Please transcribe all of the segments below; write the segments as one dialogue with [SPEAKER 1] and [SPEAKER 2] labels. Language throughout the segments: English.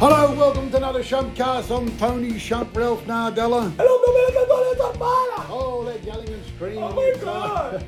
[SPEAKER 1] Hello, welcome to another Shumpcast. I'm Tony Shump, Ralph Nardella.
[SPEAKER 2] Hello, Dominica Dona Zambala!
[SPEAKER 1] Oh, they're yelling and screaming.
[SPEAKER 2] Oh my god!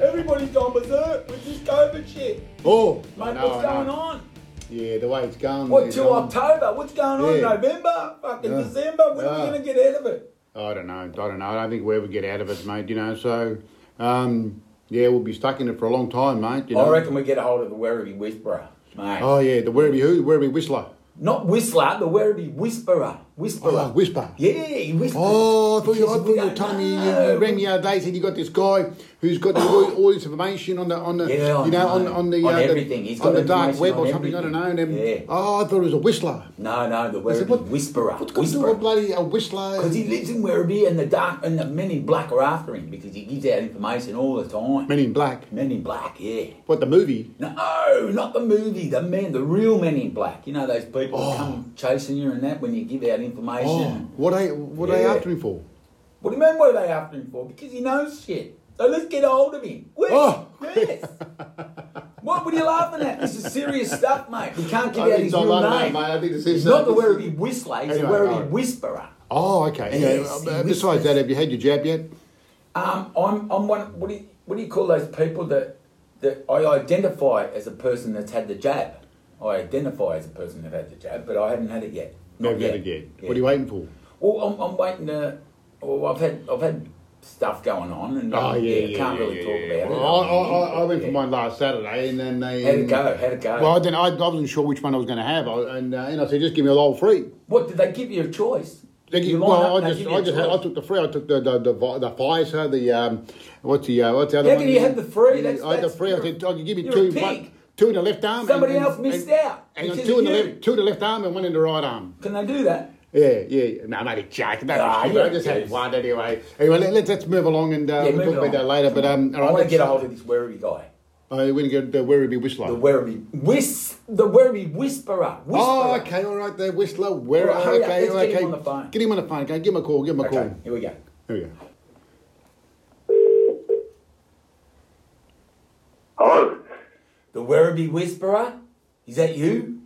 [SPEAKER 2] Everybody's gone berserk with this COVID shit.
[SPEAKER 1] oh, I
[SPEAKER 2] Mate,
[SPEAKER 1] know, I
[SPEAKER 2] what's
[SPEAKER 1] know.
[SPEAKER 2] going on?
[SPEAKER 1] Yeah, the way it's going.
[SPEAKER 2] What,
[SPEAKER 1] it's
[SPEAKER 2] till
[SPEAKER 1] on.
[SPEAKER 2] October? What's going on in
[SPEAKER 1] Yeah.
[SPEAKER 2] November? Fucking
[SPEAKER 1] Yeah.
[SPEAKER 2] December? When are
[SPEAKER 1] Yeah.
[SPEAKER 2] we going to get out of it?
[SPEAKER 1] I don't know. I don't know. I don't think we ever get out of it, mate. You know, so um, yeah, we'll be stuck in it for a long time, mate. You know?
[SPEAKER 2] I reckon we get a hold of the Werribee Whisperer, mate.
[SPEAKER 1] Oh yeah, the Werribee who? The Werribee Whistler.
[SPEAKER 2] Not Whistler, the Werribee Whisperer. Whisperer.
[SPEAKER 1] Oh, Whisper.
[SPEAKER 2] Yeah, he whispers.
[SPEAKER 1] Oh, I thought you, I
[SPEAKER 2] Because
[SPEAKER 1] thought
[SPEAKER 2] we
[SPEAKER 1] you were
[SPEAKER 2] don't
[SPEAKER 1] telling me
[SPEAKER 2] know.
[SPEAKER 1] you rang me the other day said you got this guy who's got the, all, all this information on the on the
[SPEAKER 2] Yeah, I
[SPEAKER 1] you know on
[SPEAKER 2] know.
[SPEAKER 1] on the
[SPEAKER 2] On
[SPEAKER 1] uh, the-
[SPEAKER 2] everything. He's
[SPEAKER 1] on
[SPEAKER 2] got
[SPEAKER 1] the dark
[SPEAKER 2] information
[SPEAKER 1] web
[SPEAKER 2] on
[SPEAKER 1] or something. I don't know. And then,
[SPEAKER 2] everything. Yeah.
[SPEAKER 1] oh, I thought it was a Whistler.
[SPEAKER 2] No, no, the
[SPEAKER 1] said,
[SPEAKER 2] Werribee
[SPEAKER 1] what-
[SPEAKER 2] Whisperer.
[SPEAKER 1] What's got to do
[SPEAKER 2] Whisperer.
[SPEAKER 1] with bloody a Whistler?
[SPEAKER 2] Because he lives in Werribee and the dark and the men in black are after him because he gives out information all the time.
[SPEAKER 1] Men in Black.
[SPEAKER 2] Men in black, yeah.
[SPEAKER 1] What the movie?
[SPEAKER 2] No, not the movie, the men, the real men in black. You know those people who come chasing you and that when you give out information.
[SPEAKER 1] Oh, what are what are they
[SPEAKER 2] Yeah.
[SPEAKER 1] after him for?
[SPEAKER 2] What do you mean what are they after him for? Because he knows shit. So let's get a hold of him. Quick.
[SPEAKER 1] Oh.
[SPEAKER 2] Yes. what were you laughing at? This is serious stuff, mate. We can't give
[SPEAKER 1] I
[SPEAKER 2] out
[SPEAKER 1] think
[SPEAKER 2] his
[SPEAKER 1] I
[SPEAKER 2] real
[SPEAKER 1] know,
[SPEAKER 2] name.
[SPEAKER 1] mate. I think this
[SPEAKER 2] He's
[SPEAKER 1] is
[SPEAKER 2] not the
[SPEAKER 1] this is-
[SPEAKER 2] Werribee Whistler, he's
[SPEAKER 1] Anyway,
[SPEAKER 2] the Werribee
[SPEAKER 1] alright.
[SPEAKER 2] Whisperer.
[SPEAKER 1] Oh, okay.
[SPEAKER 2] Yes,
[SPEAKER 1] yeah.
[SPEAKER 2] he
[SPEAKER 1] uh, Besides
[SPEAKER 2] whispers.
[SPEAKER 1] that, have you had your jab yet?
[SPEAKER 2] Um, I'm, I'm one. What do you, what do you call those people that that I identify as a person that's had the jab? I identify as a person that had the jab, but I haven't had it yet. Not
[SPEAKER 1] Haven't had it yet. What are you waiting for?
[SPEAKER 2] Well, I'm, I'm waiting to. Well, I've had I've had stuff going on, and
[SPEAKER 1] Oh
[SPEAKER 2] um,
[SPEAKER 1] yeah, yeah,
[SPEAKER 2] can't
[SPEAKER 1] yeah,
[SPEAKER 2] really
[SPEAKER 1] yeah,
[SPEAKER 2] talk
[SPEAKER 1] yeah.
[SPEAKER 2] about
[SPEAKER 1] Well,
[SPEAKER 2] it.
[SPEAKER 1] I, I, I- I went for
[SPEAKER 2] Yeah.
[SPEAKER 1] mine last Saturday, and then they.
[SPEAKER 2] How'd it go? How'd it go?
[SPEAKER 1] Well, then I, I wasn't sure which one I was going to have, I, and uh, and I said just give me a all free.
[SPEAKER 2] what did they give you a choice?
[SPEAKER 1] They
[SPEAKER 2] You
[SPEAKER 1] give-
[SPEAKER 2] line
[SPEAKER 1] well,
[SPEAKER 2] up and
[SPEAKER 1] I
[SPEAKER 2] they
[SPEAKER 1] just
[SPEAKER 2] give you
[SPEAKER 1] I
[SPEAKER 2] a
[SPEAKER 1] just had, I
[SPEAKER 2] choice.
[SPEAKER 1] took the free. I took the the the, vi- the Pfizer, the um, what's the uh, what's the other
[SPEAKER 2] How
[SPEAKER 1] one?
[SPEAKER 2] can you have the free? That's-
[SPEAKER 1] I had the
[SPEAKER 2] that's-
[SPEAKER 1] free. I said I can give you
[SPEAKER 2] you're a
[SPEAKER 1] two,
[SPEAKER 2] pig.
[SPEAKER 1] one, two in the left arm. and-
[SPEAKER 2] Somebody
[SPEAKER 1] and-
[SPEAKER 2] else missed
[SPEAKER 1] and-
[SPEAKER 2] out
[SPEAKER 1] Hang on,
[SPEAKER 2] because
[SPEAKER 1] two in
[SPEAKER 2] of
[SPEAKER 1] the
[SPEAKER 2] you.
[SPEAKER 1] left, two in the left arm and one in the right arm.
[SPEAKER 2] Can they do that?
[SPEAKER 1] Yeah, yeah. No, mate, it's joking. Don't
[SPEAKER 2] Ah,
[SPEAKER 1] be stupid.
[SPEAKER 2] yeah,
[SPEAKER 1] I just
[SPEAKER 2] it
[SPEAKER 1] had
[SPEAKER 2] is.
[SPEAKER 1] one anyway. Anyway, let, let's, let's move along and uh,
[SPEAKER 2] Yeah,
[SPEAKER 1] we'll
[SPEAKER 2] moving
[SPEAKER 1] talk about that
[SPEAKER 2] on.
[SPEAKER 1] later. But um, all right,
[SPEAKER 2] I want to
[SPEAKER 1] let's-
[SPEAKER 2] get a hold of this Werribee guy.
[SPEAKER 1] Oh, we're going to get the Werribee Whistler.
[SPEAKER 2] The Werribee whis the Werribee whisperer. whisperer.
[SPEAKER 1] Oh, okay, all right, the Whistler. Where?
[SPEAKER 2] Well, hurry up,
[SPEAKER 1] okay,
[SPEAKER 2] let's
[SPEAKER 1] okay.
[SPEAKER 2] get him on the phone.
[SPEAKER 1] Get him on the phone, Okay, give him a call. Give him a
[SPEAKER 2] Okay,
[SPEAKER 1] call.
[SPEAKER 2] here we go.
[SPEAKER 1] Here we go.
[SPEAKER 3] Hello,
[SPEAKER 2] The Werribee whisperer. Is that you?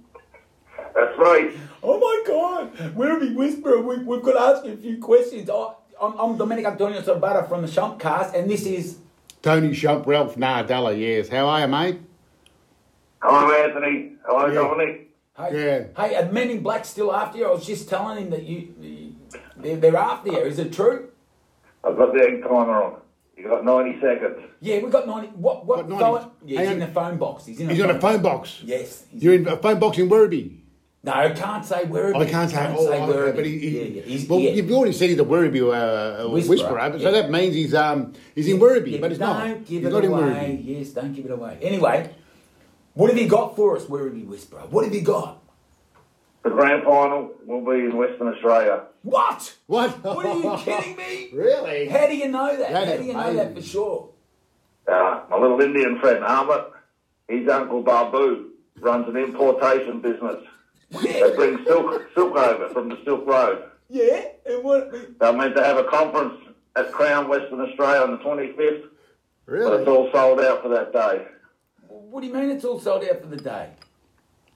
[SPEAKER 3] that's right.
[SPEAKER 2] Oh my God, Werribee whisperer. We, we've got to ask you a few questions. I, I'm, I'm Dominic Antonio Sabata from the Shumpcast, and this is.
[SPEAKER 1] Tony Shump, Ralph Nardella. Yes, how are you, mate?
[SPEAKER 3] Hello, Anthony. Hello,
[SPEAKER 1] Yeah.
[SPEAKER 3] Dominic.
[SPEAKER 2] Hey, hey, are men in black still after you? I was just telling him that you, they're, they're after you. Is it true?
[SPEAKER 3] I've got the egg timer on. You got 90 seconds.
[SPEAKER 2] Yeah, we got ninety. What? What?
[SPEAKER 1] Got 90.
[SPEAKER 2] fella- Yeah, he's
[SPEAKER 1] Hang
[SPEAKER 2] in
[SPEAKER 1] on.
[SPEAKER 2] the phone box. He's in.
[SPEAKER 1] He's on a phone box.
[SPEAKER 2] Yes. he's-
[SPEAKER 1] You're in a phone box in Werribee.
[SPEAKER 2] No, I can't say Werribee.
[SPEAKER 1] I can't say. oh, okay,
[SPEAKER 2] Werribee.
[SPEAKER 1] but he, he-
[SPEAKER 2] yeah, yeah. He's,
[SPEAKER 1] well,
[SPEAKER 2] yeah.
[SPEAKER 1] you've already said he's a Werribee uh, uh,
[SPEAKER 2] Whisperer,
[SPEAKER 1] whisperer, but so
[SPEAKER 2] yeah.
[SPEAKER 1] that means he's um he's in
[SPEAKER 2] Yeah,
[SPEAKER 1] Werribee,
[SPEAKER 2] yeah,
[SPEAKER 1] but he's
[SPEAKER 2] don't
[SPEAKER 1] not.
[SPEAKER 2] Give
[SPEAKER 1] he's
[SPEAKER 2] it
[SPEAKER 1] not in
[SPEAKER 2] away.
[SPEAKER 1] Werribee.
[SPEAKER 2] Yes, don't give it away. Anyway, what have you got for us, Werribee Whisperer? What have you got?
[SPEAKER 3] The grand final will be in Western Australia.
[SPEAKER 2] What?
[SPEAKER 1] What?
[SPEAKER 2] What are you kidding me?
[SPEAKER 1] Really?
[SPEAKER 2] How do you know that?
[SPEAKER 1] That
[SPEAKER 2] How
[SPEAKER 1] is
[SPEAKER 2] do you know that for
[SPEAKER 1] amazing.
[SPEAKER 2] sure?
[SPEAKER 3] Uh, my little Indian friend, Ahmet, his uncle Babu runs an importation business. They
[SPEAKER 2] Yeah.
[SPEAKER 3] bring silk, silk over from the Silk Road.
[SPEAKER 2] yeah. And what?
[SPEAKER 3] They're meant to have a conference at Crown Western Australia on the 25th, but it's
[SPEAKER 1] Really?
[SPEAKER 3] all sold out for that day.
[SPEAKER 2] What do you mean it's all sold out for the day?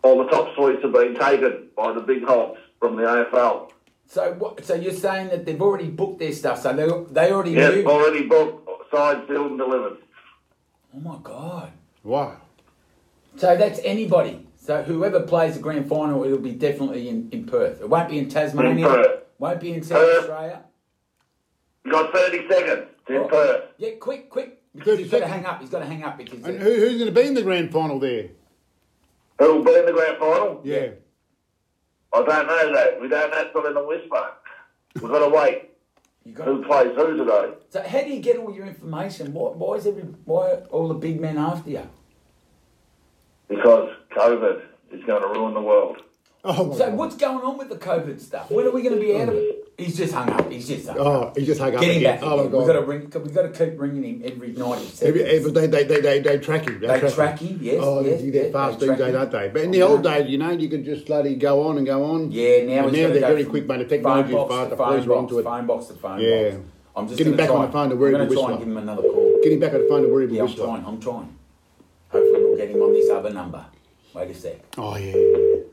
[SPEAKER 3] All the top suites have been taken by the big hogs from the AFL.
[SPEAKER 2] So what? So you're saying that they've already booked their stuff? So they they already
[SPEAKER 3] Yes,
[SPEAKER 2] knew?
[SPEAKER 3] already booked, signed, sealed, and delivered.
[SPEAKER 2] Oh my god.
[SPEAKER 1] Wow.
[SPEAKER 2] So that's anybody. So whoever plays the grand final, it'll be definitely in, in Perth. It won't be in Tasmania.
[SPEAKER 3] In Perth.
[SPEAKER 2] Won't be in South
[SPEAKER 3] Perth.
[SPEAKER 2] Australia.
[SPEAKER 3] You got 30 seconds. It's in
[SPEAKER 2] Oh,
[SPEAKER 3] Perth.
[SPEAKER 2] Yeah, quick, quick.
[SPEAKER 1] 30
[SPEAKER 2] He's got to
[SPEAKER 1] seconds.
[SPEAKER 2] hang up. He's got to hang up because.
[SPEAKER 1] And who, who's going to be in the grand final there?
[SPEAKER 3] Who'll be in the grand final?
[SPEAKER 1] Yeah.
[SPEAKER 3] I don't know that. We don't. That's not in the whisper. We've got to wait.
[SPEAKER 2] you got
[SPEAKER 3] Who plays who today?
[SPEAKER 2] so how do you get all your information? Why, why is every why are all the big men after you?
[SPEAKER 3] Because COVID is going to ruin the world.
[SPEAKER 1] Oh, my
[SPEAKER 2] So
[SPEAKER 1] God.
[SPEAKER 2] what's going on with the COVID stuff? When are we going to be out of it? He's just hung up. He's just hung up.
[SPEAKER 1] Oh, he just hung up
[SPEAKER 2] Get him
[SPEAKER 1] again.
[SPEAKER 2] back.
[SPEAKER 1] Oh, my
[SPEAKER 2] again. We've got to
[SPEAKER 1] God.
[SPEAKER 2] ring. We've got to keep ringing him every night. he said.
[SPEAKER 1] Every, every, they, they, they, they, they track him. They,
[SPEAKER 2] They
[SPEAKER 1] track,
[SPEAKER 2] track
[SPEAKER 1] him.
[SPEAKER 2] him, yes,
[SPEAKER 1] Oh,
[SPEAKER 2] yes,
[SPEAKER 1] they, they're
[SPEAKER 2] yeah,
[SPEAKER 1] fast
[SPEAKER 2] they
[SPEAKER 1] these
[SPEAKER 2] track
[SPEAKER 1] days,
[SPEAKER 2] him.
[SPEAKER 1] aren't they? But in the
[SPEAKER 2] Yeah.
[SPEAKER 1] old days, you know, you could just bloody go on and go on.
[SPEAKER 2] Yeah, now
[SPEAKER 1] and
[SPEAKER 2] it's
[SPEAKER 1] now
[SPEAKER 2] gonna
[SPEAKER 1] they're
[SPEAKER 2] go
[SPEAKER 1] very
[SPEAKER 2] from
[SPEAKER 1] quick, mate. The
[SPEAKER 2] phone
[SPEAKER 1] technology is
[SPEAKER 2] box
[SPEAKER 1] fast.
[SPEAKER 2] to
[SPEAKER 1] The
[SPEAKER 2] phone
[SPEAKER 1] police are
[SPEAKER 2] box,
[SPEAKER 1] onto it.
[SPEAKER 2] phone box to phone
[SPEAKER 1] Yeah.
[SPEAKER 2] box. I'm just
[SPEAKER 1] Get him
[SPEAKER 2] gonna
[SPEAKER 1] back on
[SPEAKER 2] try-
[SPEAKER 1] the phone to
[SPEAKER 2] I'm
[SPEAKER 1] Werribee
[SPEAKER 2] gonna try
[SPEAKER 1] Whistler.
[SPEAKER 2] and give him another call.
[SPEAKER 1] Getting back on the phone to Werribee
[SPEAKER 2] Yeah, I'm
[SPEAKER 1] Whistler.
[SPEAKER 2] trying. I'm trying. Hopefully, we'll get him on this other number. Wait a sec.
[SPEAKER 1] Oh, yeah.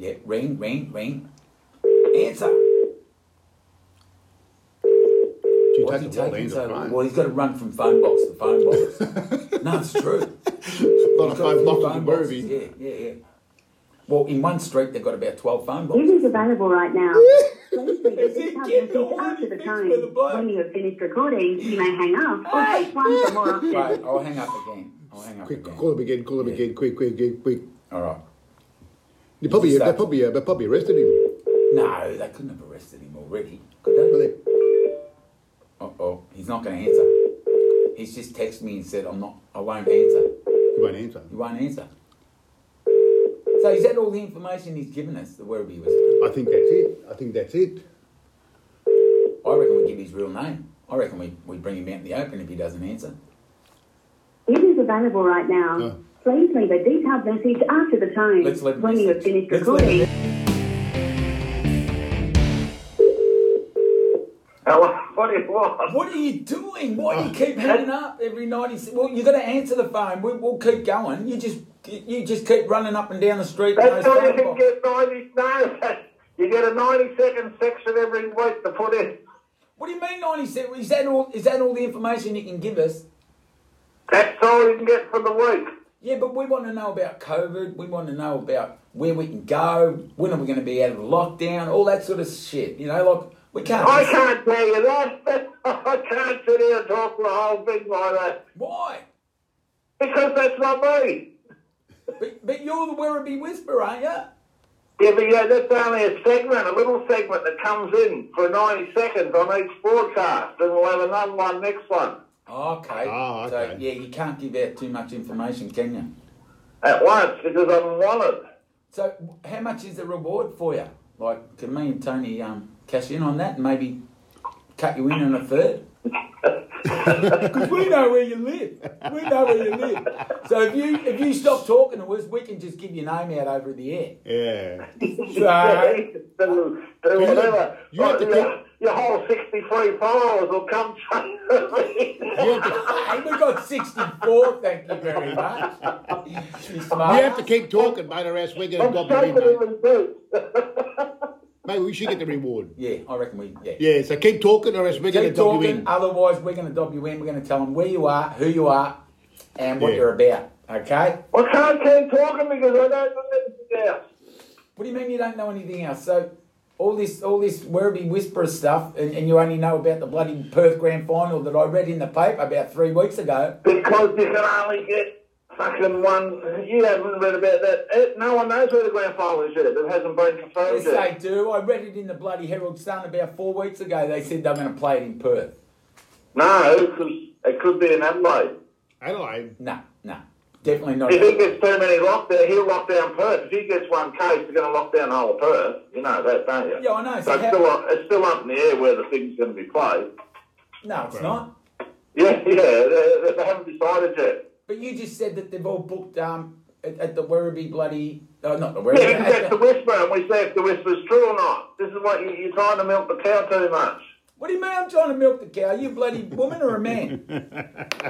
[SPEAKER 2] Yeah, ring, ring, ring. Answer.
[SPEAKER 1] Gee,
[SPEAKER 2] Why's he
[SPEAKER 1] takes a while to
[SPEAKER 2] taking
[SPEAKER 1] answer
[SPEAKER 2] so
[SPEAKER 1] the phone.
[SPEAKER 2] Well, he's got to run from phone box to phone box. no, it's true.
[SPEAKER 1] A lot of
[SPEAKER 2] He's got a
[SPEAKER 1] phone
[SPEAKER 2] few
[SPEAKER 1] boxes in Werribee.
[SPEAKER 2] phone boxes, Yeah, yeah, yeah. Well, in one street, they've got about 12 phone
[SPEAKER 4] It is
[SPEAKER 2] boxes.
[SPEAKER 4] available right now. Please leave
[SPEAKER 2] Is
[SPEAKER 4] a
[SPEAKER 2] it
[SPEAKER 4] detailed
[SPEAKER 2] getting
[SPEAKER 4] message
[SPEAKER 2] all
[SPEAKER 4] after the
[SPEAKER 2] these things with the
[SPEAKER 4] tone.
[SPEAKER 2] bloke?
[SPEAKER 4] When you have finished recording, you may hang up or
[SPEAKER 2] Hey!
[SPEAKER 4] press one for more options.
[SPEAKER 2] Right, I'll hang up again. I'll hang up
[SPEAKER 1] Quick,
[SPEAKER 2] again.
[SPEAKER 1] call him again, call him again, quick, quick, quick, quick.
[SPEAKER 2] All right.
[SPEAKER 1] They probably,
[SPEAKER 2] Is
[SPEAKER 1] they
[SPEAKER 2] that-
[SPEAKER 1] probably, uh, they probably arrested him.
[SPEAKER 2] No, they couldn't have arrested him already, could they?
[SPEAKER 1] Well, they-
[SPEAKER 2] Oh, oh, he's not going to answer. He's just texted me and said, "I'm not. I won't answer.
[SPEAKER 1] He won't answer.
[SPEAKER 2] He won't answer." So is that all the information he's given us? The Werribee was.
[SPEAKER 1] I think that's it. I think that's it.
[SPEAKER 2] I reckon we give his real name. I reckon we, we bring him out in the open if he doesn't answer.
[SPEAKER 4] It is available right now.
[SPEAKER 1] Yeah.
[SPEAKER 4] Please leave a detailed message after the tone.
[SPEAKER 2] Let's leave a
[SPEAKER 4] when you have
[SPEAKER 2] message.
[SPEAKER 4] finished
[SPEAKER 2] Let's leave a
[SPEAKER 4] recording,
[SPEAKER 3] Hello, what do you want?
[SPEAKER 2] What are you doing? Why
[SPEAKER 3] Oh,
[SPEAKER 2] do you keep hanging up every night? He said, well, you got to answer the phone. We, we'll keep going. You just you just keep running up and down the street. with
[SPEAKER 3] That's
[SPEAKER 2] those
[SPEAKER 3] how you
[SPEAKER 2] phone
[SPEAKER 3] can
[SPEAKER 2] calls.
[SPEAKER 3] get 90 no, that's- You get a 90 second section every week to put in.
[SPEAKER 2] What do you mean? Ninety cent? Is that all? Is that all the information you can give us?
[SPEAKER 3] That's all you can get for the week.
[SPEAKER 2] Yeah, but we want to know about COVID. We want to know about where we can go. When are we going to be out of lockdown? All that sort of shit. You know, like we can't.
[SPEAKER 3] I
[SPEAKER 2] just-
[SPEAKER 3] can't tell you that. I can't sit here and talk the whole thing like that
[SPEAKER 2] Why?
[SPEAKER 3] because that's not me.
[SPEAKER 2] But, but you're the Werribee Whisperer, aren't you?
[SPEAKER 3] Yeah, but yeah, that's only a segment, a little segment that comes in for 90 seconds on each broadcast, and we'll have another one next one
[SPEAKER 2] Okay.
[SPEAKER 1] Oh,
[SPEAKER 2] So
[SPEAKER 1] okay.
[SPEAKER 2] yeah, you can't give out too much information, can you?
[SPEAKER 3] at once because I'm wanted.
[SPEAKER 2] So w- how much is the reward for you? Like, can me and Tony um, cash in on that and maybe cut you in on a third? Because we know where you live. We know where you live. So if you if you stop talking to us, we can just give your name out over the air.
[SPEAKER 1] Yeah.
[SPEAKER 2] So,
[SPEAKER 3] Do- do whatever.
[SPEAKER 1] You have to
[SPEAKER 3] Your-
[SPEAKER 1] think-
[SPEAKER 3] Your whole 63 followers will come.
[SPEAKER 1] You have to,
[SPEAKER 2] hey, we got 64, thank you very much. You
[SPEAKER 1] you
[SPEAKER 2] smart.
[SPEAKER 1] have to keep talking, mate, or else we're going to
[SPEAKER 3] I'm
[SPEAKER 1] gobble it in,
[SPEAKER 3] shaking in
[SPEAKER 1] mate.
[SPEAKER 3] the boots.
[SPEAKER 1] Maybe we should get the reward.
[SPEAKER 2] Yeah, I reckon we, yeah.
[SPEAKER 1] Yeah, so keep talking, or else we're going to
[SPEAKER 2] Keep
[SPEAKER 1] dob you
[SPEAKER 2] talking,
[SPEAKER 1] in.
[SPEAKER 2] otherwise we're going to dob you in. We're going to tell them where you are, who you are, and what
[SPEAKER 1] Yeah.
[SPEAKER 2] you're about, okay?
[SPEAKER 3] I can't keep talking because I don't know anything else.
[SPEAKER 2] What do you mean you don't know anything else? So all this all this Werribee Whisperer stuff and, and you only know about the bloody Perth Grand Final that I read in the paper about three weeks ago.
[SPEAKER 3] Because you can only get fucking one. You haven't read about that. Eh, No one knows where the grand final is yet. It hasn't been confirmed
[SPEAKER 2] Yes they
[SPEAKER 3] yet.
[SPEAKER 2] do. I read it in the bloody Herald Sun about four weeks ago. They said they're gonna play it in Perth.
[SPEAKER 3] No, because it could be in Adelaide.
[SPEAKER 1] Adelaide.
[SPEAKER 2] No, no. Definitely not.
[SPEAKER 3] If he gets too many lockdown, he'll lock down Perth. If he gets one case, they're going to lock down the whole of Perth. You know that, don't you?
[SPEAKER 2] Yeah, I know.
[SPEAKER 3] So
[SPEAKER 2] So
[SPEAKER 3] it's,
[SPEAKER 2] how-
[SPEAKER 3] still up, it's still up in the air where the thing's going to be played.
[SPEAKER 2] No, it's not.
[SPEAKER 3] Yeah, yeah, they, they haven't decided yet.
[SPEAKER 2] But you just said that they've all booked um at, at the Werribee bloody oh not the Werribee.
[SPEAKER 3] Yeah, because
[SPEAKER 2] at
[SPEAKER 3] that's the
[SPEAKER 2] the-
[SPEAKER 3] whisper, and we say if the whisper's true or not. This is what you, you're trying to milk the cow too much.
[SPEAKER 2] what do you mean I'm trying to milk the cow? You bloody woman or a man?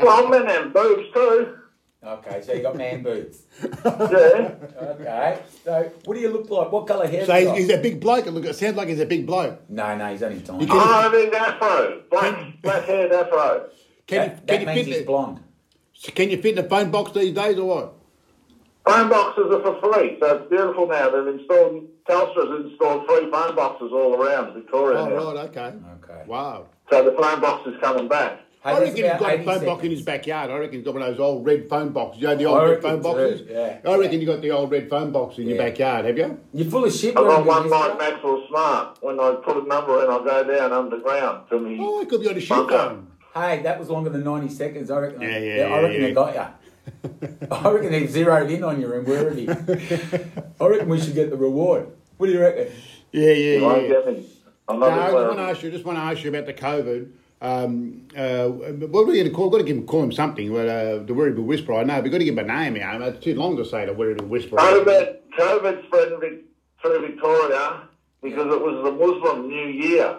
[SPEAKER 3] Well, I'm in them boobs too.
[SPEAKER 2] okay, so you got man boots.
[SPEAKER 3] Yeah.
[SPEAKER 2] Okay. So what do you look like? What colour hair?
[SPEAKER 1] So
[SPEAKER 2] you
[SPEAKER 1] he's,
[SPEAKER 2] got?
[SPEAKER 1] he's a big bloke. It look, it sounds like he's a big bloke.
[SPEAKER 2] No, no, he's only tiny.
[SPEAKER 1] You
[SPEAKER 2] That,
[SPEAKER 1] can-
[SPEAKER 3] Oh, big afro. Black, black haired afro.
[SPEAKER 1] Can you,
[SPEAKER 2] that
[SPEAKER 1] can, you
[SPEAKER 2] means
[SPEAKER 1] fit
[SPEAKER 2] he's
[SPEAKER 1] in
[SPEAKER 2] blonde.
[SPEAKER 1] a, can you fit in a phone box these days, or what?
[SPEAKER 3] Phone boxes are for free, so it's beautiful now. They've installed, Telstra's installed free phone boxes all around Victoria
[SPEAKER 1] Oh,
[SPEAKER 3] now.
[SPEAKER 1] right, okay.
[SPEAKER 2] Okay.
[SPEAKER 1] Wow.
[SPEAKER 3] So the phone box is coming back.
[SPEAKER 2] Hey,
[SPEAKER 1] I
[SPEAKER 2] that's
[SPEAKER 1] reckon he's
[SPEAKER 2] about
[SPEAKER 1] got a
[SPEAKER 2] 80
[SPEAKER 1] phone box in his
[SPEAKER 2] seconds.
[SPEAKER 1] backyard. I reckon he's got one of those old red phone boxes. You know the
[SPEAKER 2] I
[SPEAKER 1] old red
[SPEAKER 2] reckon
[SPEAKER 1] phone
[SPEAKER 2] so,
[SPEAKER 1] boxes?
[SPEAKER 2] yeah.
[SPEAKER 1] I reckon you got the old red phone box in your
[SPEAKER 2] Yeah.
[SPEAKER 1] backyard, have you?
[SPEAKER 2] You're full of shit.
[SPEAKER 3] I got
[SPEAKER 2] Werribee
[SPEAKER 3] one
[SPEAKER 2] Whisperer.
[SPEAKER 3] like Maxwell Smart. When I put a number in, I go down underground to me.
[SPEAKER 1] Oh, it could be on a shoe
[SPEAKER 3] bunker.
[SPEAKER 1] phone.
[SPEAKER 2] Hey, that was longer than 90 seconds. I reckon.
[SPEAKER 1] Yeah, yeah,
[SPEAKER 2] I
[SPEAKER 1] yeah,
[SPEAKER 2] reckon
[SPEAKER 1] yeah.
[SPEAKER 2] they got you. I reckon they've zeroed in on you and where are you? I reckon we should get the reward. What do you reckon?
[SPEAKER 1] Yeah, yeah,
[SPEAKER 3] You won't
[SPEAKER 1] yeah.
[SPEAKER 3] get me. I'm
[SPEAKER 1] No,
[SPEAKER 3] not
[SPEAKER 1] I just want to
[SPEAKER 3] aware.
[SPEAKER 1] ask you. Just want to ask you about the COVID. Um, uh, what are we going to call? We've got to give him, call him something. Well, uh, the Werribee Whisperer. I know. We've got to give him a name. You know. It's too long to say the Werribee Whisperer.
[SPEAKER 3] COVID, COVID spread in Vic- through Victoria because it was the Muslim New Year.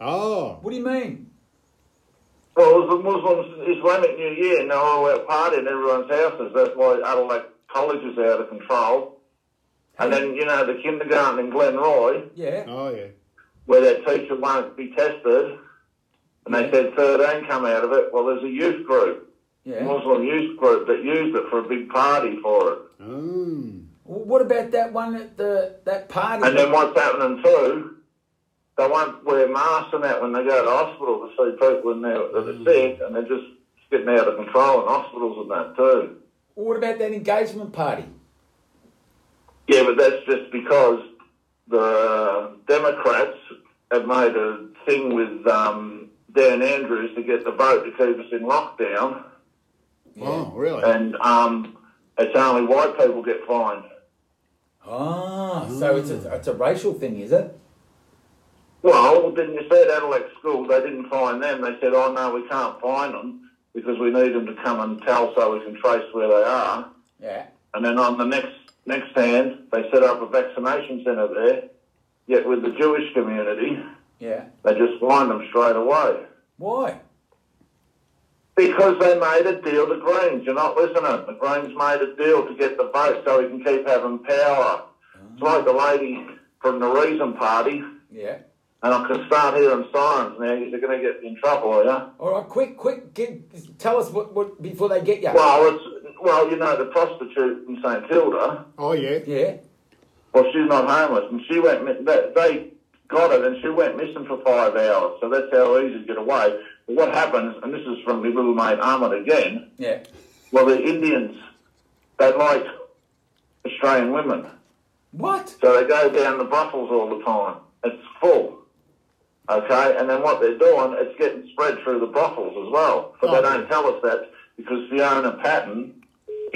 [SPEAKER 1] Oh,
[SPEAKER 2] What do you mean?
[SPEAKER 3] Well, it was the Muslim Islamic New Year, and they all were partying in everyone's houses. That's why Adelaide College is out of control. And then, you know, the kindergarten in Glenroy,
[SPEAKER 2] Yeah.
[SPEAKER 1] Oh yeah.
[SPEAKER 3] where their teacher won't be tested, and they said 13 come out of it. Well, there's a youth group,
[SPEAKER 2] Yeah.
[SPEAKER 3] Muslim youth group, that used it for a big party for it.
[SPEAKER 1] Oh.
[SPEAKER 2] Well, what about that one at the that party?
[SPEAKER 3] And then what's happening too, they won't wear masks and that when they go to hospital to see people in there that are sick, and they're just getting out of control in hospitals and that too.
[SPEAKER 2] what about that engagement party?
[SPEAKER 3] Yeah, but that's just because the Democrats have made a thing with um, Dan Andrews to get the vote to keep us in lockdown,
[SPEAKER 1] Wow, oh, really?
[SPEAKER 3] and um, it's only white people get fined.
[SPEAKER 2] Ah, so it's a, it's a racial thing, is it?
[SPEAKER 3] Well, didn't you see at Adelaide School? They didn't find them. They said, "Oh no, we can't find them because we need them to come and tell so we can trace where they are."
[SPEAKER 2] Yeah.
[SPEAKER 3] And then on the next next hand, they set up a vaccination centre there. Yet with the Jewish community,
[SPEAKER 2] Yeah.
[SPEAKER 3] they just find them straight away
[SPEAKER 2] Why?
[SPEAKER 3] because they made a deal to Greens. You're not listening. The Greens made a deal to get the vote so we can keep having power. It's like the lady from the Reason Party.
[SPEAKER 2] Yeah.
[SPEAKER 3] And I can start here on signs now. You're going to get in trouble, are you?
[SPEAKER 2] All right, quick, quick, give, tell us what, what before they get you.
[SPEAKER 3] Well, it's well, you know, the prostitute in St Kilda.
[SPEAKER 1] oh yeah.
[SPEAKER 2] Yeah.
[SPEAKER 3] Well, she's not homeless, and she went. mi- They, they got it, and she went missing for five hours. So that's how easy to get away. But what happens? And this is from my little mate Ahmed again.
[SPEAKER 2] Yeah.
[SPEAKER 3] Well, the Indians they like Australian women,
[SPEAKER 2] What?
[SPEAKER 3] so they go down to brothels all the time. It's full. Okay, and then what they're doing, it's getting spread through the brothels as well. But
[SPEAKER 1] Oh.
[SPEAKER 3] they don't tell us that because Fiona Patton,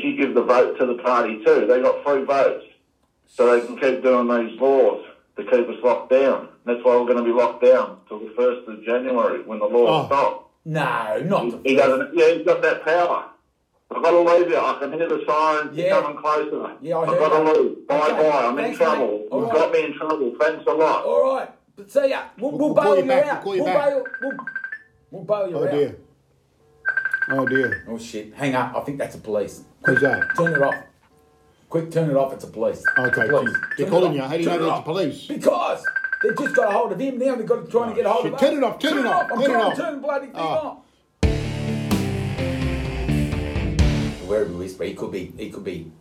[SPEAKER 3] she give the vote to the party too. They got free votes. So they can keep doing these laws to keep us locked down. That's why we're going to be locked down till the 1st of January when the law
[SPEAKER 1] Oh.
[SPEAKER 3] stops.
[SPEAKER 2] No, not
[SPEAKER 3] He doesn't, yeah, he's got that power. I've got to leave you. I can hear the sirens
[SPEAKER 2] Yeah.
[SPEAKER 3] coming closer.
[SPEAKER 2] Yeah, I
[SPEAKER 3] I've
[SPEAKER 2] heard
[SPEAKER 3] got
[SPEAKER 2] that.
[SPEAKER 3] to leave. Bye
[SPEAKER 2] Okay.
[SPEAKER 3] bye. I'm
[SPEAKER 2] Thanks,
[SPEAKER 3] in
[SPEAKER 2] mate.
[SPEAKER 3] trouble.
[SPEAKER 2] All
[SPEAKER 3] You've
[SPEAKER 2] right.
[SPEAKER 3] got me in trouble. Thanks a lot.
[SPEAKER 2] All right. But see ya. We'll, we'll,
[SPEAKER 1] We'll
[SPEAKER 2] bail
[SPEAKER 1] call you
[SPEAKER 2] you
[SPEAKER 1] back, we'll
[SPEAKER 2] out.
[SPEAKER 1] call you
[SPEAKER 2] we'll
[SPEAKER 1] back.
[SPEAKER 2] bail. We'll, we'll bail you
[SPEAKER 1] Oh
[SPEAKER 2] out.
[SPEAKER 1] dear. Oh dear.
[SPEAKER 2] Oh shit! Hang up. I think that's a police.
[SPEAKER 1] Who's that?
[SPEAKER 2] Turn it off. Quick, turn it off. It's a police. It's
[SPEAKER 1] Okay,
[SPEAKER 2] a police.
[SPEAKER 1] geez. They're
[SPEAKER 2] Turn it
[SPEAKER 1] calling
[SPEAKER 2] off.
[SPEAKER 1] you. How do you
[SPEAKER 2] Turn
[SPEAKER 1] know
[SPEAKER 2] it
[SPEAKER 1] that's
[SPEAKER 2] off.
[SPEAKER 1] the police?
[SPEAKER 2] Because they just got a hold of him now. They've got to try and get a hold
[SPEAKER 1] shit.
[SPEAKER 2] of
[SPEAKER 1] Turn
[SPEAKER 2] us.
[SPEAKER 1] it off, turn it off, turn
[SPEAKER 2] I'm
[SPEAKER 1] it
[SPEAKER 2] trying
[SPEAKER 1] off.
[SPEAKER 2] to turn the bloody thing
[SPEAKER 1] Oh.
[SPEAKER 2] off. Wherever he is, but he could be. He could be.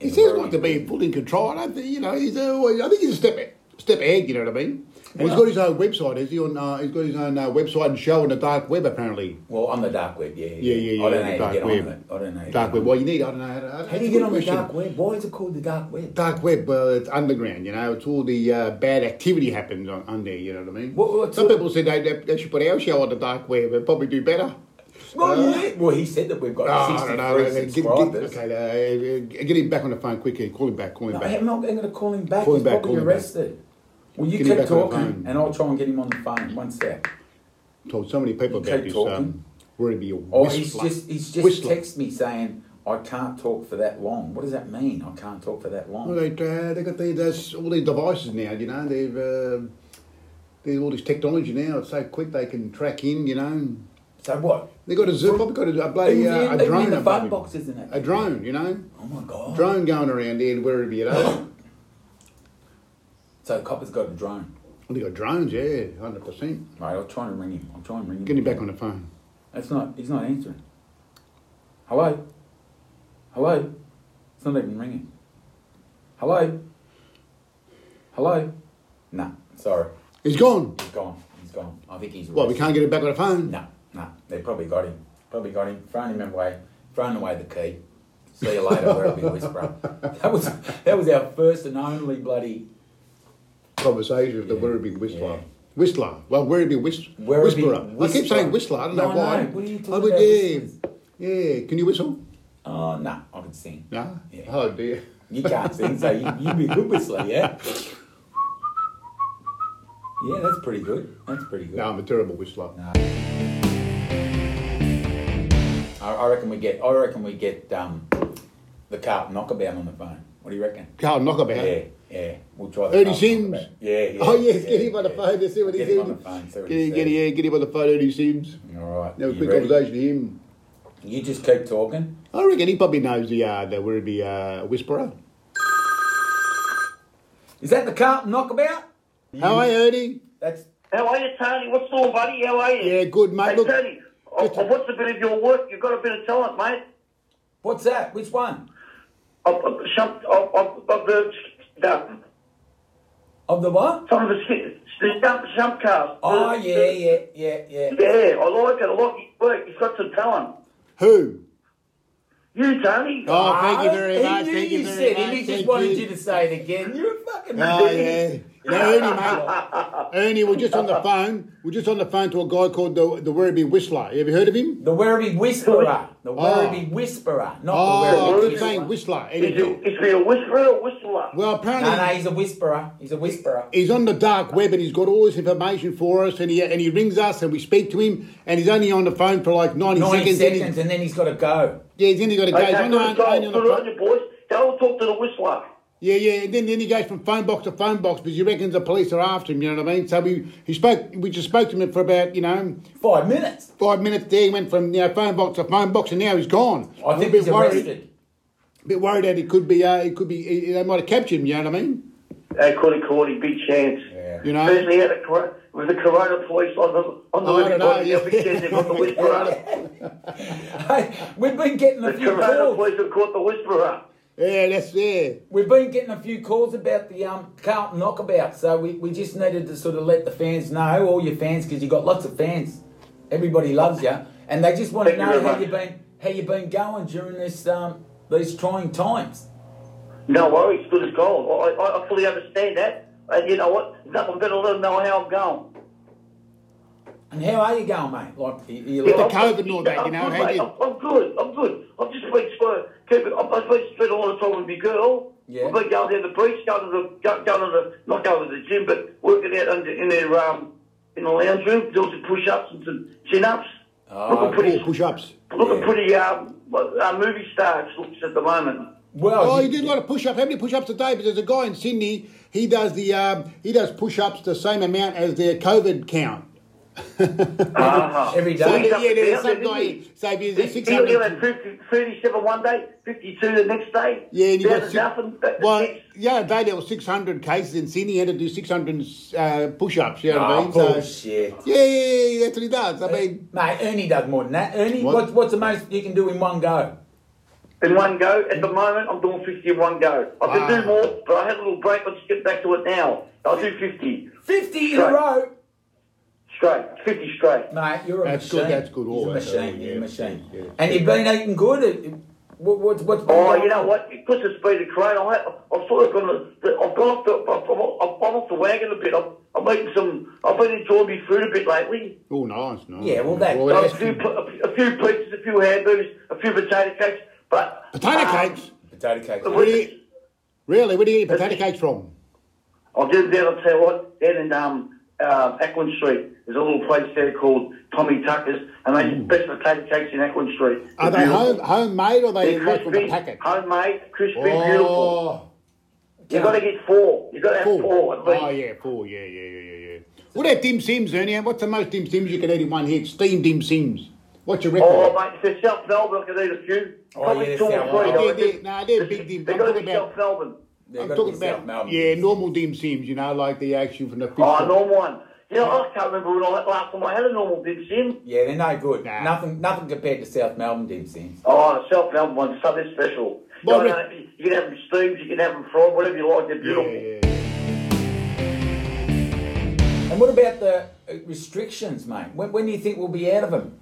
[SPEAKER 1] He seems like to be fully in control. I don't think you know. He's always, I think he's a step step ahead. You know what I mean? And he's got his own website. Is he on? Uh, he's got his own uh, website and show on the dark web. Apparently,
[SPEAKER 2] Well, on the dark web, yeah.
[SPEAKER 1] yeah, yeah, yeah.
[SPEAKER 2] I
[SPEAKER 1] the
[SPEAKER 2] don't know how
[SPEAKER 1] dark
[SPEAKER 2] to get
[SPEAKER 1] web.
[SPEAKER 2] on it. I don't know. how to
[SPEAKER 1] Dark
[SPEAKER 2] get
[SPEAKER 1] web. Well, you need. I don't know. How, to, I don't
[SPEAKER 2] How do you
[SPEAKER 1] that's a
[SPEAKER 2] get
[SPEAKER 1] good
[SPEAKER 2] on the
[SPEAKER 1] question.
[SPEAKER 2] dark web? Why is it called the dark web?
[SPEAKER 1] Dark web, well, it's underground, you know. It's all the uh, bad activity happens on, on there, you know what I mean?
[SPEAKER 2] What- what's
[SPEAKER 1] Some
[SPEAKER 2] all-
[SPEAKER 1] people say they, they, they should put our show on the dark web and probably do better.
[SPEAKER 2] Well, yeah. Well, he said that we've got
[SPEAKER 1] No, no, no. uh,
[SPEAKER 2] 63
[SPEAKER 1] Get, get,
[SPEAKER 2] subscribers.
[SPEAKER 1] okay, uh, uh, get him back on the phone quickly. Call him back, call him
[SPEAKER 2] No,
[SPEAKER 1] back.
[SPEAKER 2] I'm not going to call him back.
[SPEAKER 1] Call him
[SPEAKER 2] He's
[SPEAKER 1] back,
[SPEAKER 2] probably
[SPEAKER 1] call him back.
[SPEAKER 2] arrested. Well, you
[SPEAKER 1] Get him
[SPEAKER 2] keep
[SPEAKER 1] back on the phone.
[SPEAKER 2] talking, and I'll try and get him on the phone. One sec.
[SPEAKER 1] Told so many people
[SPEAKER 2] You
[SPEAKER 1] about
[SPEAKER 2] keep
[SPEAKER 1] this.
[SPEAKER 2] talking.
[SPEAKER 1] Um, we're going to be a
[SPEAKER 2] Oh,
[SPEAKER 1] whistler.
[SPEAKER 2] he's just he's just
[SPEAKER 1] Whistler.
[SPEAKER 2] texted me saying I can't talk for that long. What does that mean? I can't talk for that long.
[SPEAKER 1] Well, they, uh, they got these, those- all these devices now, you know. They've, uh, there's all this technology now. It's so quick they can track in, you know. and
[SPEAKER 2] so what?
[SPEAKER 1] They got a zoom, probably got a, a bloody
[SPEAKER 2] Even
[SPEAKER 1] uh,
[SPEAKER 2] in-
[SPEAKER 1] a
[SPEAKER 2] even
[SPEAKER 1] drone
[SPEAKER 2] in the
[SPEAKER 1] above
[SPEAKER 2] phone
[SPEAKER 1] him.
[SPEAKER 2] box, isn't it?
[SPEAKER 1] A drone, you know.
[SPEAKER 2] Oh my god!
[SPEAKER 1] drone going around there wherever you know.
[SPEAKER 2] So Copper's got a drone.
[SPEAKER 1] well, they got drones, yeah, hundred percent.
[SPEAKER 2] Right, I'll try and ring him. I'll try and ring him.
[SPEAKER 1] Get him back on the phone.
[SPEAKER 2] That's not. He's not answering. Hello. Hello. It's not even ringing. Hello. Hello. Nah. Sorry.
[SPEAKER 1] He's gone.
[SPEAKER 2] He's gone. He's gone. I think he's.
[SPEAKER 1] Well, we
[SPEAKER 2] arrested.
[SPEAKER 1] can't get him back on the phone.
[SPEAKER 2] No, no, they probably got him. Probably got him. Thrown him away. Thrown away the key. See you later, wherever you whisper. That was that was our first and only bloody
[SPEAKER 1] Conversation with the
[SPEAKER 2] Yeah,
[SPEAKER 1] Werribee Whistler.
[SPEAKER 2] yeah.
[SPEAKER 1] Whistler. Well, Werribee Whist-
[SPEAKER 2] Werribee
[SPEAKER 1] Whisperer. I
[SPEAKER 2] Whistler.
[SPEAKER 1] keep saying Whistler. I don't
[SPEAKER 2] No,
[SPEAKER 1] know
[SPEAKER 2] I
[SPEAKER 1] why.
[SPEAKER 2] know. What are you talking
[SPEAKER 1] I would,
[SPEAKER 2] about,
[SPEAKER 1] yeah,
[SPEAKER 2] whistlers?
[SPEAKER 1] yeah. Can you whistle?
[SPEAKER 2] Oh no, I can sing.
[SPEAKER 1] No.
[SPEAKER 2] Yeah.
[SPEAKER 1] Oh dear.
[SPEAKER 2] You can't sing, so you you be a good whistler, yeah? Yeah, that's pretty good. That's pretty good.
[SPEAKER 1] No, I'm a terrible whistler.
[SPEAKER 2] No. I, I reckon we get I reckon we get um, the Carlton knockabout on the phone. What do you reckon?
[SPEAKER 1] Carl Knockabout.
[SPEAKER 2] Yeah, yeah. We'll try
[SPEAKER 1] Ernie
[SPEAKER 2] Carlton
[SPEAKER 1] Sims.
[SPEAKER 2] knockabout. Yeah, yeah.
[SPEAKER 1] Oh yes,
[SPEAKER 2] yeah,
[SPEAKER 1] get him on the
[SPEAKER 2] yeah.
[SPEAKER 1] phone to see what
[SPEAKER 2] Get
[SPEAKER 1] he's
[SPEAKER 2] him on
[SPEAKER 1] doing.
[SPEAKER 2] the phone, see what
[SPEAKER 1] Get
[SPEAKER 2] he
[SPEAKER 1] him, get,
[SPEAKER 2] says.
[SPEAKER 1] him, get him on the phone, Ernie Sims.
[SPEAKER 2] All right.
[SPEAKER 1] Have a
[SPEAKER 2] you
[SPEAKER 1] quick
[SPEAKER 2] ready?
[SPEAKER 1] conversation to him.
[SPEAKER 2] You just keep talking.
[SPEAKER 1] I reckon he probably knows the uh, the Werribee uh, Whisperer.
[SPEAKER 2] Is that the Carlton knockabout?
[SPEAKER 1] How are you, Ernie?
[SPEAKER 2] That's
[SPEAKER 3] How are you, Tony? What's going, buddy? How are you?
[SPEAKER 1] Yeah, good, mate.
[SPEAKER 3] Hey,
[SPEAKER 1] Look,
[SPEAKER 3] Tony, I, I watched a bit of your work. You've got a bit of talent, mate.
[SPEAKER 2] what's that? Which one?
[SPEAKER 3] I've, I've, shoved- I've, I've, I've learned some
[SPEAKER 2] Of the what?
[SPEAKER 3] of the sti- the jump, jump cast.
[SPEAKER 2] Oh yeah, yeah, yeah, yeah.
[SPEAKER 3] Yeah, I like it a lot. You work. You've got some talent.
[SPEAKER 1] who?
[SPEAKER 3] You, Tony.
[SPEAKER 1] Oh, thank you very
[SPEAKER 2] Ah, he
[SPEAKER 1] much.
[SPEAKER 2] Knew
[SPEAKER 1] Thank
[SPEAKER 2] you,
[SPEAKER 1] you very
[SPEAKER 2] said
[SPEAKER 1] much.
[SPEAKER 2] it. He just
[SPEAKER 1] Thank
[SPEAKER 2] wanted
[SPEAKER 1] you.
[SPEAKER 2] you to say it again. You're a fucking.
[SPEAKER 1] Oh yeah. Now, Ernie, mate. Ernie, we're just on the phone. We're just on the phone to a guy called the the Werribee Whistler. You ever heard of him?
[SPEAKER 2] The Werribee Whisperer. The Werribee Whisperer, not
[SPEAKER 1] Oh, I
[SPEAKER 2] the Werribee
[SPEAKER 1] keep
[SPEAKER 2] Whisperer.
[SPEAKER 1] saying Whistler.
[SPEAKER 3] Is he,
[SPEAKER 1] Anyway.
[SPEAKER 3] is he a whisperer or whistler?
[SPEAKER 1] Well,
[SPEAKER 2] No, no,
[SPEAKER 1] apparently
[SPEAKER 2] he's a whisperer. He's a whisperer.
[SPEAKER 1] he's on the dark web and he's got all this information for us, and he and he rings us and we speak to him, and he's only on the phone for like ninety,
[SPEAKER 2] 90
[SPEAKER 1] seconds. and he-
[SPEAKER 2] seconds and then he's got to go.
[SPEAKER 1] yeah, he's only got to go. He's
[SPEAKER 3] okay,
[SPEAKER 1] on the-
[SPEAKER 3] good,
[SPEAKER 1] only
[SPEAKER 3] go,
[SPEAKER 1] on the
[SPEAKER 3] good
[SPEAKER 1] phone.
[SPEAKER 3] on you, boys. Go and talk to the whistler.
[SPEAKER 1] Yeah, yeah, and then, then he goes from phone box to phone box because he reckons the police are after him, you know what I mean? So we he spoke we just spoke to him for about, you know,
[SPEAKER 2] Five minutes.
[SPEAKER 1] five minutes there, he went from you know, phone box to phone box and now he's gone.
[SPEAKER 2] I
[SPEAKER 1] I'm
[SPEAKER 2] think he's
[SPEAKER 1] worried,
[SPEAKER 2] arrested.
[SPEAKER 1] bit worried that he could be uh, he could be he, they might have captured him, you know what I mean?
[SPEAKER 3] Hey, Cordy, Cordy, big chance.
[SPEAKER 1] You know?
[SPEAKER 3] Especially had a, cor- with the Corona police on the on the
[SPEAKER 1] Oh, I
[SPEAKER 3] living
[SPEAKER 1] don't know,
[SPEAKER 3] body,
[SPEAKER 1] yeah.
[SPEAKER 3] they'll be chasing the whisperer.
[SPEAKER 2] Hey, we've been getting
[SPEAKER 3] the
[SPEAKER 2] a few
[SPEAKER 3] Corona
[SPEAKER 2] calls.
[SPEAKER 3] police have caught the whisperer.
[SPEAKER 1] Yeah, that's yeah.
[SPEAKER 2] We've been getting a few calls about the um, Carlton knockabout, so we, we just needed to sort of let the fans know, all your fans, because you've got lots of fans. Everybody loves you, and they just want
[SPEAKER 3] Thank
[SPEAKER 2] to
[SPEAKER 3] you
[SPEAKER 2] know
[SPEAKER 3] very
[SPEAKER 2] how
[SPEAKER 3] much.
[SPEAKER 2] you've been how you've been going during this um, these trying times.
[SPEAKER 3] No worries, good as gold. I, I, I fully understand that. And you know what? I'm going to let them know how I'm going.
[SPEAKER 2] And how are you going, mate? Like, you, you
[SPEAKER 1] the
[SPEAKER 3] I'm-
[SPEAKER 1] COVID and all that, you
[SPEAKER 3] I'm
[SPEAKER 1] know,
[SPEAKER 3] good,
[SPEAKER 1] how
[SPEAKER 3] mate.
[SPEAKER 1] you-
[SPEAKER 3] I'm, I'm good. I'm good. I've just been swear, keep it. I've I've been spending a lot of time with my girl.
[SPEAKER 2] Yeah.
[SPEAKER 3] I've been going down the beach, going to the, go- going to the, not going to the gym, but working out under, in their um, in the lounge room, doing some push-ups and some chin-ups.
[SPEAKER 1] Ah,
[SPEAKER 2] Oh,
[SPEAKER 3] looking pretty,
[SPEAKER 1] Four push ups.
[SPEAKER 3] looking
[SPEAKER 2] Yeah.
[SPEAKER 3] pretty. Um, uh, movie star looks at the moment.
[SPEAKER 2] well,
[SPEAKER 1] Oh,
[SPEAKER 2] you-
[SPEAKER 1] he did a lot of push ups. How many push ups a day? But there's a guy in Sydney, he does the um, he does push ups the same amount as their COVID count.
[SPEAKER 3] Uh-huh.
[SPEAKER 2] every day.
[SPEAKER 1] Ah. So
[SPEAKER 2] Push-ups
[SPEAKER 1] yeah, there's
[SPEAKER 3] down,
[SPEAKER 1] some
[SPEAKER 3] didn't
[SPEAKER 1] guy
[SPEAKER 3] he?
[SPEAKER 1] so if he's
[SPEAKER 3] He-
[SPEAKER 1] six
[SPEAKER 3] He'll he'll
[SPEAKER 1] hundred
[SPEAKER 3] have 50, 37 one day, 52 the next day.
[SPEAKER 1] Yeah, and you
[SPEAKER 3] down
[SPEAKER 1] got
[SPEAKER 3] to
[SPEAKER 1] six,
[SPEAKER 3] nothing. but-
[SPEAKER 1] well, yeah, they there were six hundred cases in Sydney. He had to do six hundred uh, push-ups. You know what I
[SPEAKER 2] oh,
[SPEAKER 1] mean? So,
[SPEAKER 2] bullshit.
[SPEAKER 1] yeah, yeah, yeah, yeah, that's what he does. I mean,
[SPEAKER 2] Mate, Ernie does more than that. Ernie,
[SPEAKER 1] What?
[SPEAKER 2] what's, what's the most you can do in one go?
[SPEAKER 3] in one go. At the moment, I'm doing 50 in one go. I could
[SPEAKER 1] Wow.
[SPEAKER 3] do more, but I had a little break. Let's get back to it now. I'll do 50
[SPEAKER 2] 50 in a
[SPEAKER 3] Right.
[SPEAKER 2] row.
[SPEAKER 3] straight, 50 straight.
[SPEAKER 2] Mate, you're a
[SPEAKER 1] That's
[SPEAKER 2] machine.
[SPEAKER 1] good, that's good,
[SPEAKER 2] He's a
[SPEAKER 1] always,
[SPEAKER 2] machine.
[SPEAKER 1] yeah,
[SPEAKER 2] He's a
[SPEAKER 1] yeah,
[SPEAKER 2] machine.
[SPEAKER 1] yeah, yeah.
[SPEAKER 2] and you've been eating good. It- What, what's what's been
[SPEAKER 3] Oh,
[SPEAKER 2] going
[SPEAKER 3] you know
[SPEAKER 2] on?
[SPEAKER 3] what? Because it's been a great. I, I've sort of gone. I've gone off the. I've, I've gone off the wagon a bit. I've, I've eaten some. I've been enjoying my food a bit lately.
[SPEAKER 1] oh, nice, nice.
[SPEAKER 2] Yeah, well, that-
[SPEAKER 3] Uh,
[SPEAKER 1] that's
[SPEAKER 3] a few,
[SPEAKER 1] good.
[SPEAKER 3] pi- a few pizzas, a few hamburgers, a few potato cakes. But
[SPEAKER 1] potato
[SPEAKER 3] um,
[SPEAKER 1] cakes.
[SPEAKER 2] Potato cake.
[SPEAKER 3] the
[SPEAKER 1] Where do you,
[SPEAKER 3] week-
[SPEAKER 1] really, where do you get your potato cakes from?
[SPEAKER 3] I'll get down. I'll tell you what. Down in um, uh, Ackland Street, there's a little place there called Tommy Tucker's, and they do best potato cakes in Ackland Street.
[SPEAKER 1] Are they
[SPEAKER 3] They're beautiful.
[SPEAKER 1] home, homemade or are they
[SPEAKER 3] They're
[SPEAKER 1] like from a
[SPEAKER 3] crispy,
[SPEAKER 1] packet?
[SPEAKER 3] homemade, crispy, beautiful.
[SPEAKER 1] Oh,
[SPEAKER 3] You've got to get four. You've got to have
[SPEAKER 1] four.
[SPEAKER 3] four. at least.
[SPEAKER 1] Oh, yeah, four. Yeah, yeah, yeah, yeah, yeah. What about dim sims, Ernie? What's the most dim sims you can eat in one hit? Steam dim sims. What's your record?
[SPEAKER 3] Oh, mate, if they're South Melbourne, I could eat a few.
[SPEAKER 2] Oh,
[SPEAKER 3] Probably
[SPEAKER 2] yeah,
[SPEAKER 3] two or
[SPEAKER 2] South
[SPEAKER 3] three.
[SPEAKER 2] Melbourne.
[SPEAKER 3] I
[SPEAKER 1] They're- they're-
[SPEAKER 3] reckon.
[SPEAKER 1] nah, they're big dim-
[SPEAKER 3] They've
[SPEAKER 1] I'm
[SPEAKER 3] got to
[SPEAKER 1] talking
[SPEAKER 3] be
[SPEAKER 1] about-
[SPEAKER 3] South Melbourne.
[SPEAKER 2] They've
[SPEAKER 1] I'm
[SPEAKER 2] got to
[SPEAKER 1] talking
[SPEAKER 2] be South
[SPEAKER 1] about
[SPEAKER 2] Melbourne.
[SPEAKER 1] yeah, normal dim sims, you know, like the actual from the fish.
[SPEAKER 3] Oh, normal one. You know, I can't remember when I, last time I had a normal dim sim.
[SPEAKER 2] Yeah, they're no good.
[SPEAKER 1] Nah.
[SPEAKER 2] Nothing nothing compared to South Melbourne dim sims.
[SPEAKER 3] Oh, the South Melbourne one's something special. You,
[SPEAKER 1] Well,
[SPEAKER 3] know, you can have them steamed, you can have them fried, whatever you like. They're
[SPEAKER 1] yeah,
[SPEAKER 3] beautiful.
[SPEAKER 1] yeah.
[SPEAKER 2] And what about the uh, restrictions, mate? When, when do you think we'll be out of them?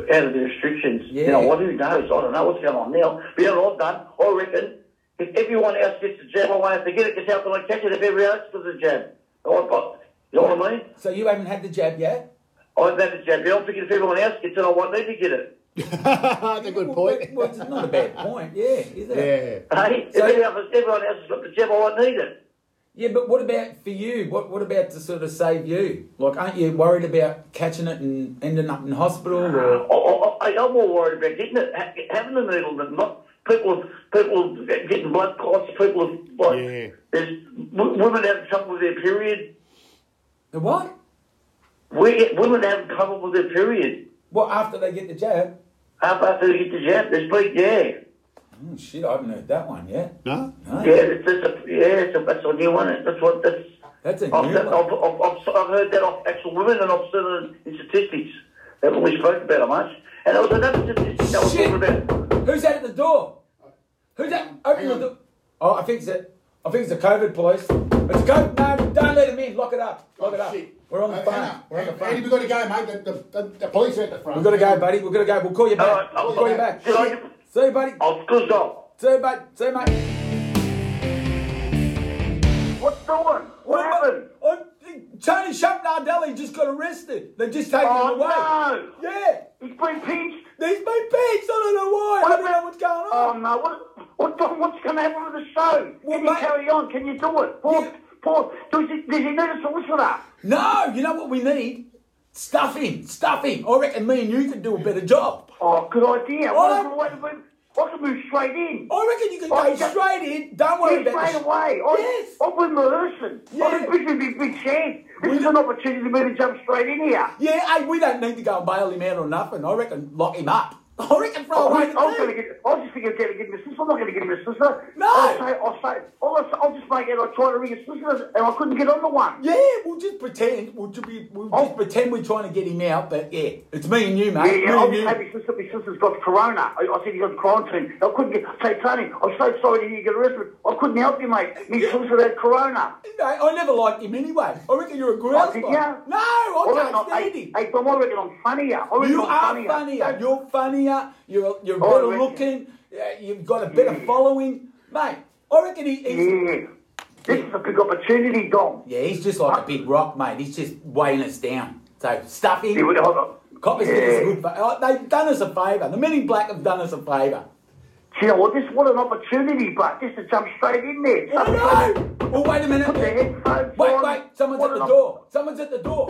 [SPEAKER 3] out of the restrictions.
[SPEAKER 2] Yeah.
[SPEAKER 3] You know, what who knows? I don't know what's going on now. But you know what I've done? I reckon if everyone else gets the jab, I won't have to get it because how can I catch it if everyone else gets the jab? Oh, I've got, you know what I mean?
[SPEAKER 2] So you haven't had the jab yet?
[SPEAKER 3] I've had the jab. You know, I'm thinking if everyone else gets it, I won't need to get it.
[SPEAKER 1] That's a good
[SPEAKER 2] Well,
[SPEAKER 1] point.
[SPEAKER 2] Well, it's not a bad point, yeah, is it?
[SPEAKER 1] Yeah.
[SPEAKER 3] Hey,
[SPEAKER 2] So-
[SPEAKER 3] if everyone else, everyone else has got the jab, I won't need it.
[SPEAKER 2] Yeah, but what about for you? What what about to sort of save you? Like, aren't you worried about catching it and ending up in hospital? Or
[SPEAKER 3] I, Oh, I, I- I'm more worried about getting it, ha- having the needle than not. People, people getting blood clots. People like
[SPEAKER 1] Yeah.
[SPEAKER 3] there's w- women having trouble with their period. Oh.
[SPEAKER 2] the what?
[SPEAKER 3] We, women having trouble with their period.
[SPEAKER 2] Well, after they get the jab.
[SPEAKER 3] How about they get the jab? They speak, yeah.
[SPEAKER 2] Oh, shit, I haven't heard that one yet.
[SPEAKER 1] No?
[SPEAKER 2] No.
[SPEAKER 3] Yeah, it's just a, yeah, so that's a new one. That's what that's.
[SPEAKER 2] That's a
[SPEAKER 3] I've,
[SPEAKER 2] new
[SPEAKER 3] I've,
[SPEAKER 2] one.
[SPEAKER 3] I've, I've, I've heard that off actual women, and I've seen it in statistics. That's what we spoke about it much. And there was another statistic that was
[SPEAKER 2] Shit.
[SPEAKER 3] talking about.
[SPEAKER 2] Who's out at the door? Who's that? Open
[SPEAKER 1] Hang
[SPEAKER 2] the
[SPEAKER 1] on.
[SPEAKER 2] door. Oh, I think it's a, I think it's the COVID police. It's COVID. No, don't let him in. Lock it up. Lock
[SPEAKER 3] Oh,
[SPEAKER 2] it up. We're on the phone. We're on the phone.
[SPEAKER 1] We've got to go, mate. The, the, the, the police are at the front.
[SPEAKER 2] We've got to go, buddy. We've got to go. We'll call you
[SPEAKER 3] All right,
[SPEAKER 2] back.
[SPEAKER 3] I'll-
[SPEAKER 2] We'll call you back.
[SPEAKER 3] Did I-
[SPEAKER 2] See you, buddy.
[SPEAKER 3] I've goozed up.
[SPEAKER 2] See you, bud. See you, mate.
[SPEAKER 3] What's the one? What happened?
[SPEAKER 2] Oh, Tony Sharp Nardelli just got arrested. They've just taken
[SPEAKER 3] Oh,
[SPEAKER 2] him away.
[SPEAKER 3] no.
[SPEAKER 2] Yeah.
[SPEAKER 3] He's been pinched.
[SPEAKER 2] He's been pinched. I don't know why. I don't know what's going
[SPEAKER 3] Oh
[SPEAKER 2] on.
[SPEAKER 3] no! What, what, what's going to happen with the show?
[SPEAKER 2] Well,
[SPEAKER 3] Can you
[SPEAKER 2] mate-
[SPEAKER 3] carry on? Can you do it? Paul,
[SPEAKER 2] Yeah.
[SPEAKER 3] Paul, does he, does he need a solicitor?
[SPEAKER 2] No, you know what we need? Stuff him. Stuff him. I reckon me and you could do a better job.
[SPEAKER 3] Oh, good idea.
[SPEAKER 2] I-
[SPEAKER 3] Well, I, can- I can move straight in.
[SPEAKER 2] I reckon you could
[SPEAKER 3] I
[SPEAKER 2] go
[SPEAKER 3] just-
[SPEAKER 2] straight in. Don't worry
[SPEAKER 3] Move
[SPEAKER 2] about
[SPEAKER 3] straight
[SPEAKER 2] the sh-
[SPEAKER 3] away. I,
[SPEAKER 2] Yes.
[SPEAKER 3] I've been rehearsing.
[SPEAKER 2] Yeah.
[SPEAKER 3] I've been busy with a big chance. This
[SPEAKER 2] We-
[SPEAKER 3] is an opportunity for me to jump straight in here.
[SPEAKER 2] Yeah, hey, we don't need to go and bail him out or nothing. I reckon lock him up. I reckon throw
[SPEAKER 3] I'm,
[SPEAKER 2] away
[SPEAKER 3] I'm
[SPEAKER 2] the
[SPEAKER 3] going to
[SPEAKER 2] key.
[SPEAKER 3] oh, get. I just think I'm going to get my sister. I'm not going to get my sister.
[SPEAKER 2] No.
[SPEAKER 3] I'll say. I'll say. I'll, I'll just make it. I tried to ring a sister and I couldn't get on the one.
[SPEAKER 2] Yeah, we'll just pretend. We'll just, be, we'll
[SPEAKER 3] Oh.
[SPEAKER 2] just pretend we're trying to get him out. But yeah, it's me and you,
[SPEAKER 3] Yeah, oh,
[SPEAKER 2] mate.
[SPEAKER 3] yeah,
[SPEAKER 2] me
[SPEAKER 3] obviously,
[SPEAKER 2] and you.
[SPEAKER 3] my sister, my sister's got corona. I, I said he's on quarantine. I couldn't get, say, Tony, I'm so sorry that you got arrested. I couldn't help you, mate. My sister had corona.
[SPEAKER 2] No, I never liked him anyway. I reckon you're a grouse.
[SPEAKER 3] Oh, did
[SPEAKER 2] boy.
[SPEAKER 3] ya?
[SPEAKER 2] No, I
[SPEAKER 3] I
[SPEAKER 2] can't
[SPEAKER 3] reckon I-
[SPEAKER 2] stand him.
[SPEAKER 3] Hey, hey, Tom, I reckon I'm funnier. I reckon
[SPEAKER 2] you
[SPEAKER 3] I'm
[SPEAKER 2] are
[SPEAKER 3] funnier. Oh,
[SPEAKER 2] funnier. You're funnier. You're you're
[SPEAKER 3] I
[SPEAKER 2] better
[SPEAKER 3] reckon- Mm.
[SPEAKER 2] looking. uh, You've got a better following, mate. I reckon he, he's
[SPEAKER 3] yeah. This is a big opportunity, Dom.
[SPEAKER 2] yeah, he's just like a big rock, mate. He's just weighing us down. So stuff
[SPEAKER 3] Yeah, we-
[SPEAKER 2] him.
[SPEAKER 3] hold on.
[SPEAKER 2] Coppers did us a
[SPEAKER 3] yeah.
[SPEAKER 2] good fa- oh, They've done us a favour. The men in black have done us a favour.
[SPEAKER 3] Do you know what? This what an opportunity, but just to jump straight in there.
[SPEAKER 2] Oh no! Well, wait a minute.
[SPEAKER 3] Put the headphones
[SPEAKER 2] Wait,
[SPEAKER 3] on.
[SPEAKER 2] wait. Someone's
[SPEAKER 3] What
[SPEAKER 2] at the
[SPEAKER 3] an-
[SPEAKER 2] door. Someone's at the door.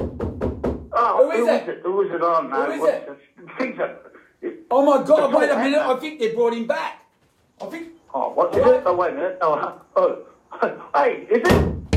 [SPEAKER 3] Oh,
[SPEAKER 2] Who is it?
[SPEAKER 3] Who is it on, man?
[SPEAKER 2] Who is
[SPEAKER 3] What's
[SPEAKER 2] it?
[SPEAKER 3] Fix it.
[SPEAKER 2] Oh my God!
[SPEAKER 3] It's all
[SPEAKER 2] Wait a minute. I
[SPEAKER 3] happened.
[SPEAKER 2] think they brought him back. I think.
[SPEAKER 3] Oh, what's
[SPEAKER 2] What?
[SPEAKER 3] it? Oh, wait a minute. Oh, oh. hey, is it?